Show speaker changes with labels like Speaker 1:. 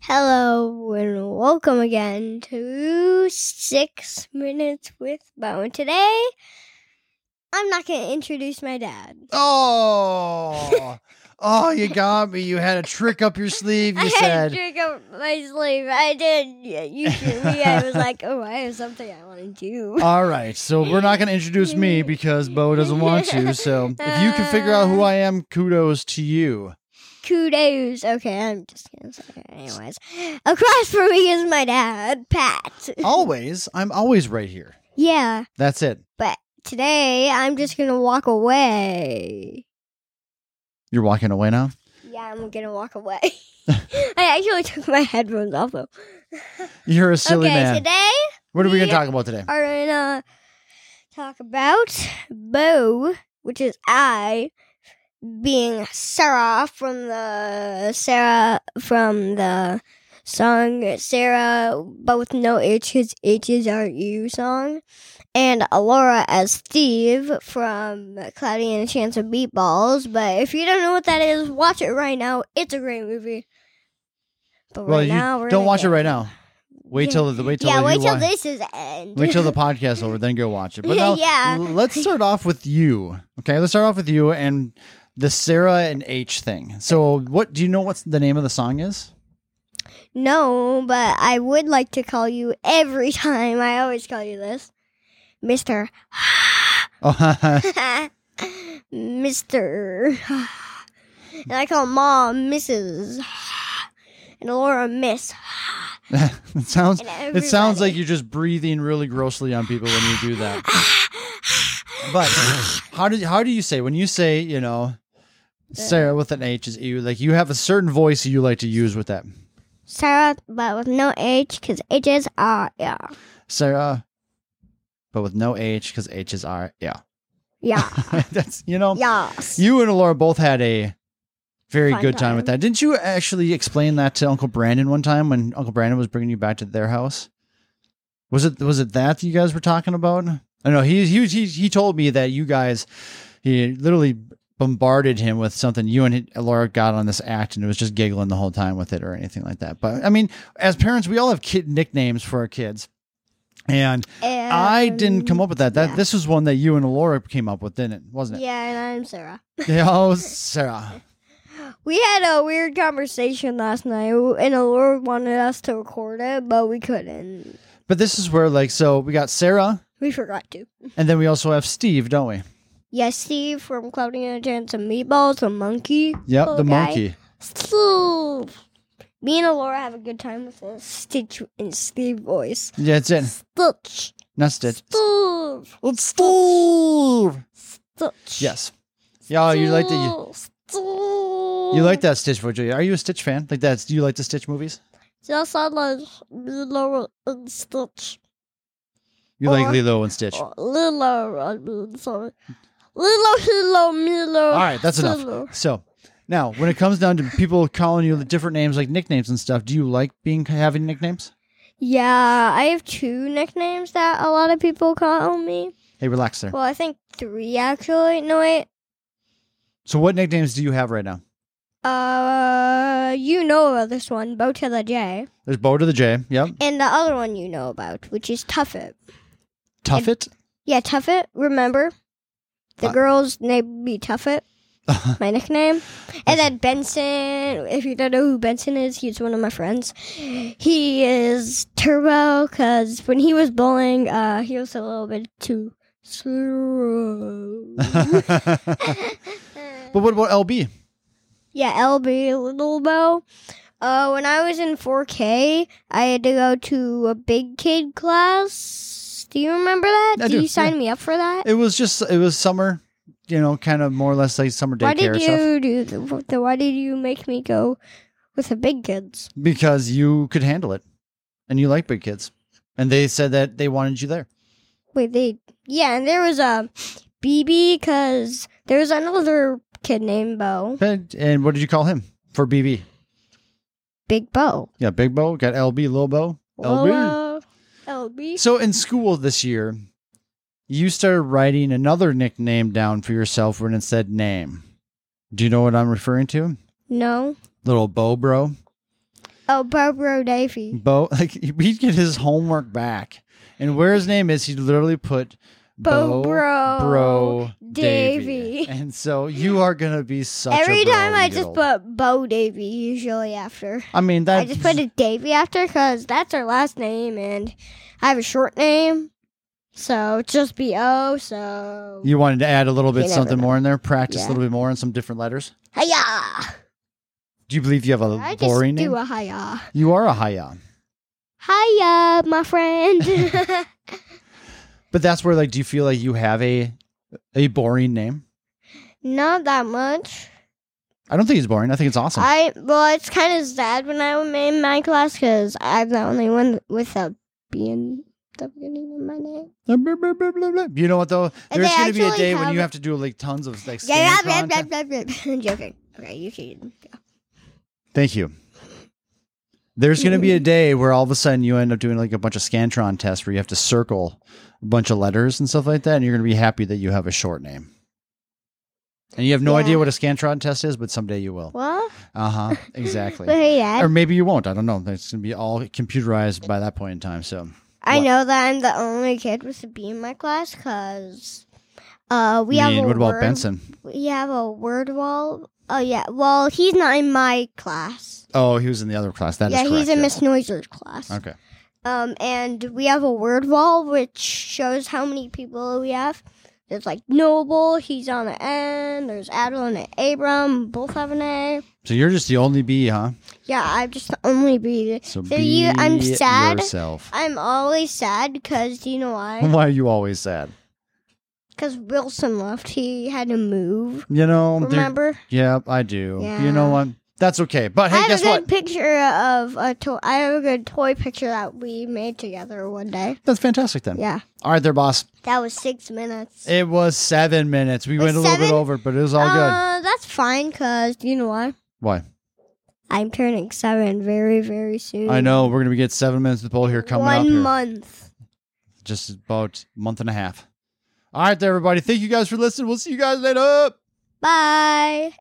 Speaker 1: Hello and welcome again to Six Minutes with Bo. And today, I'm not going to introduce my dad.
Speaker 2: Oh, oh, you got me. You had a trick up your sleeve. You
Speaker 1: I had
Speaker 2: said,
Speaker 1: to drink up my sleeve. I did. Yeah, You threw me. I was like, oh, I have something I want to do.
Speaker 2: "All right, so we're not going to introduce me because Bo doesn't want to." So if you can figure out who I am, kudos to you.
Speaker 1: Kudos. Okay, I'm just going to say it anyways. Across from me is my dad, Pat.
Speaker 2: Always, I'm always right here.
Speaker 1: Yeah,
Speaker 2: That's it.
Speaker 1: but today I'm just going to walk away.
Speaker 2: You're walking away now.
Speaker 1: Yeah, I'm gonna walk away. I actually took my headphones off though.
Speaker 2: You're a silly
Speaker 1: okay,
Speaker 2: man.
Speaker 1: today
Speaker 2: what are we going
Speaker 1: we
Speaker 2: to talk about today?
Speaker 1: are gonna talk about Bo, which is I, being Sarah from the Sarah from the song Sarah, but with no H's, H's are you song, and Alora as Steve from Cloudy and a Chance of Meatballs. But if you don't know what that is, watch it right now. It's a great movie. But
Speaker 2: well,
Speaker 1: right
Speaker 2: you
Speaker 1: now, we're
Speaker 2: don't
Speaker 1: gonna
Speaker 2: watch it
Speaker 1: get-
Speaker 2: right now. Wait
Speaker 1: Yeah.
Speaker 2: till the wait till
Speaker 1: Yeah,
Speaker 2: you
Speaker 1: wait till
Speaker 2: wa-
Speaker 1: this is end.
Speaker 2: Wait till the podcast over, then go watch it. But now,
Speaker 1: Yeah.
Speaker 2: l- let's start off with you. Okay, let's start off with you and the Sarah and H thing. So, what do you know? What's the name of the song is?
Speaker 1: No, but I would like to call you every time. I always call you this. Mr.
Speaker 2: Oh,
Speaker 1: Mr. and I call mom Mrs. and Laura Miss.
Speaker 2: it sounds.
Speaker 1: And
Speaker 2: It sounds like
Speaker 1: everybody.
Speaker 2: you're just breathing really grossly on people when you do that. But how do how do you say when you say you know Sarah with an H is you like you have a certain voice you like to use with that
Speaker 1: Sarah, but with no H, because H's are, yeah.
Speaker 2: Sarah, but with no H because H is R. Yeah,
Speaker 1: Yeah.
Speaker 2: that's you know.
Speaker 1: yes.
Speaker 2: You and Laura both had a very
Speaker 1: Fun
Speaker 2: good time.
Speaker 1: time.
Speaker 2: with that. Didn't you actually explain that to Uncle Brandon one time when Uncle Brandon was bringing you back to their house? Was it was it that you guys were talking about? I know he he was- he he told me that you guys he literally bombarded him with something you and he- Laura got on this act and it was just giggling the whole time with it or anything like that. But I mean, as parents, we all have kid nicknames for our kids. And I didn't come up with that. That
Speaker 1: yeah.
Speaker 2: this was one that you and Laura came up with, didn't it? Wasn't it?
Speaker 1: Yeah, and I'm Sarah.
Speaker 2: Yeah, oh, Sarah.
Speaker 1: We had a weird conversation last night, and Laura wanted us to record it, but we couldn't.
Speaker 2: But this is where, like, so we got Sarah,
Speaker 1: We forgot to.
Speaker 2: and then we also have Steve, don't we?
Speaker 1: Yes, Steve from Cloudy and a Chance of Meatballs, the monkey.
Speaker 2: Yep, the
Speaker 1: little guy.
Speaker 2: monkey.
Speaker 1: Steve. Me and Laura have a good time with this Stitch and Steve voice.
Speaker 2: Yeah, it's it.
Speaker 1: Stitch.
Speaker 2: Not Stitch.
Speaker 1: Steve.
Speaker 2: It's Steve.
Speaker 1: Stitch.
Speaker 2: Yes. Yeah, oh, you like the you,
Speaker 1: Steve.
Speaker 2: you like that Stitch voice. don't you? Are you a Stitch fan? Like that? Do you like the Stitch movies?
Speaker 1: Yes, I like Lilo and Stitch.
Speaker 2: You like
Speaker 1: Or-
Speaker 2: Lilo and Stitch.
Speaker 1: Or Lilo, I mean, Oh, sorry. Lilo, Hilo, Milo.
Speaker 2: All right, that's enough.
Speaker 1: Lilo.
Speaker 2: So now, when it comes down to people calling you different names, like nicknames and stuff, do you like being having nicknames?
Speaker 1: Yeah, I have two nicknames that a lot of people call me.
Speaker 2: Hey, relax there.
Speaker 1: Well, I think three actually. No wait.
Speaker 2: So, what nicknames do you have right now?
Speaker 1: Uh, you know about this one, Bo to the J,
Speaker 2: There's Bo to the J. Yep.
Speaker 1: and the other one you know about, which is Tuffet.
Speaker 2: Tuffet.
Speaker 1: Yeah, Tuffet. Remember, the
Speaker 2: Uh,
Speaker 1: girl's name be Tuffet. My nickname, and then Benson. If you don't know who Benson is, he's one of my friends. He is turbo because when he was bowling, uh, he was a little bit too slow.
Speaker 2: but what about LB?
Speaker 1: Yeah, LB Little Bow. Uh, when I was in 4K, I had to go to a big kid class. Do you remember that?
Speaker 2: I
Speaker 1: did
Speaker 2: do,
Speaker 1: you sign
Speaker 2: yeah.
Speaker 1: me up for that?
Speaker 2: It was just it was summer, you know, kind of more or less like summer
Speaker 1: Why
Speaker 2: daycare
Speaker 1: did
Speaker 2: stuff
Speaker 1: you do the, the? Why did you make me go with the big kids?
Speaker 2: because you could handle it, and you like big kids, and they said that they wanted you there.
Speaker 1: Wait, they yeah, and there was um, a BB because there was another kid named Bo,
Speaker 2: And, and what did you call him for BB?
Speaker 1: Big Bo,
Speaker 2: Yeah, Big Bo got LB, Lil Bo, LB.
Speaker 1: Lola, LB.
Speaker 2: So in school this year, you started writing another nickname down for yourself when it said name. Do you know what I'm referring to?
Speaker 1: No,
Speaker 2: Little Bo Bro.
Speaker 1: Oh, Barbara Davy.
Speaker 2: Bo, like he'd get his homework back, and where his name is, he literally put
Speaker 1: Bo Bro Oh,
Speaker 2: Bro
Speaker 1: Davy.
Speaker 2: And so you are gonna be such. a
Speaker 1: Every
Speaker 2: bro
Speaker 1: time
Speaker 2: when
Speaker 1: I
Speaker 2: you get
Speaker 1: just
Speaker 2: old.
Speaker 1: put Bo Davy, usually after.
Speaker 2: I mean that.
Speaker 1: I just put a Davy after because that's her last name, and I have a short name, so it's just B O. So
Speaker 2: You wanted to add a little bit
Speaker 1: never
Speaker 2: something
Speaker 1: know.
Speaker 2: more in there, practice
Speaker 1: Yeah.
Speaker 2: a little bit more on some different letters.
Speaker 1: hiya.
Speaker 2: Do you believe you have a
Speaker 1: I just
Speaker 2: boring name?
Speaker 1: do a hiya.
Speaker 2: you are a Haya.
Speaker 1: Hiya, my friend.
Speaker 2: But that's where like do you feel like you have a a boring name?
Speaker 1: Not that much.
Speaker 2: I don't think it's boring. I think it's awesome.
Speaker 1: I well, it's kind of sad when I name my class because I'm the only one without being the beginning of my name.
Speaker 2: Blah, blah, blah, blah, blah, blah. You know what though?
Speaker 1: And
Speaker 2: There's
Speaker 1: they
Speaker 2: gonna be a
Speaker 1: actually
Speaker 2: day when
Speaker 1: have-
Speaker 2: you have to do like tons of like
Speaker 1: Yeah,
Speaker 2: scan
Speaker 1: yeah, yeah,
Speaker 2: content.
Speaker 1: yeah, yeah, yeah. I'm joking. Okay, you can.
Speaker 2: Thank you. There's going to be a day where all of a sudden you end up doing like a bunch of Scantron tests where you have to circle a bunch of letters and stuff like that, and you're going to be happy that you have a short name. And you have no
Speaker 1: Yeah.
Speaker 2: idea what a Scantron test is, but someday you will.
Speaker 1: What?
Speaker 2: Uh huh. Exactly.
Speaker 1: Hey, Dad.
Speaker 2: or maybe you won't. I don't know. It's going to be all computerized by that point in time. So
Speaker 1: I
Speaker 2: What?
Speaker 1: know that I'm the only kid with a B in my class because uh, we
Speaker 2: Me
Speaker 1: have
Speaker 2: and
Speaker 1: a
Speaker 2: what about
Speaker 1: word.
Speaker 2: Benson?
Speaker 1: We have a word wall. Oh yeah, well he's not in my class.
Speaker 2: Oh, he was in the other class. That is
Speaker 1: yeah,
Speaker 2: correct.
Speaker 1: he's in Miss Noiser's class.
Speaker 2: Okay.
Speaker 1: Um, and we have a word wall which shows how many people we have. There's like Noble, he's on an N. There's Adeline and Abram, both have an A.
Speaker 2: So you're just the only B, huh?
Speaker 1: Yeah, I'm just the only B.
Speaker 2: So,
Speaker 1: So
Speaker 2: be
Speaker 1: you- I'm sad.
Speaker 2: yourself.
Speaker 1: I'm always sad because do you know why?
Speaker 2: Why are you always sad?
Speaker 1: Because Wilson left. He had to move.
Speaker 2: You know, there-
Speaker 1: Remember?
Speaker 2: Yeah, I do. You know
Speaker 1: Yeah.
Speaker 2: what? That's okay. But
Speaker 1: I
Speaker 2: hey,
Speaker 1: have
Speaker 2: guess
Speaker 1: a good
Speaker 2: what?
Speaker 1: picture of a toy. I have a good toy picture that we made together one day.
Speaker 2: That's fantastic then.
Speaker 1: Yeah.
Speaker 2: All right, there, boss.
Speaker 1: That was six minutes.
Speaker 2: It was seven minutes. We
Speaker 1: Was
Speaker 2: went a little bit
Speaker 1: seven?
Speaker 2: over, but it was all good.
Speaker 1: Uh, that's fine because you know why?
Speaker 2: Why?
Speaker 1: I'm turning seven very, very soon.
Speaker 2: I know we're gonna get seven minutes with Bull here coming
Speaker 1: one
Speaker 2: up here,
Speaker 1: month.
Speaker 2: just about a month and a half. All right, there, everybody. Thank you guys for listening. We'll see you guys later.
Speaker 1: Bye.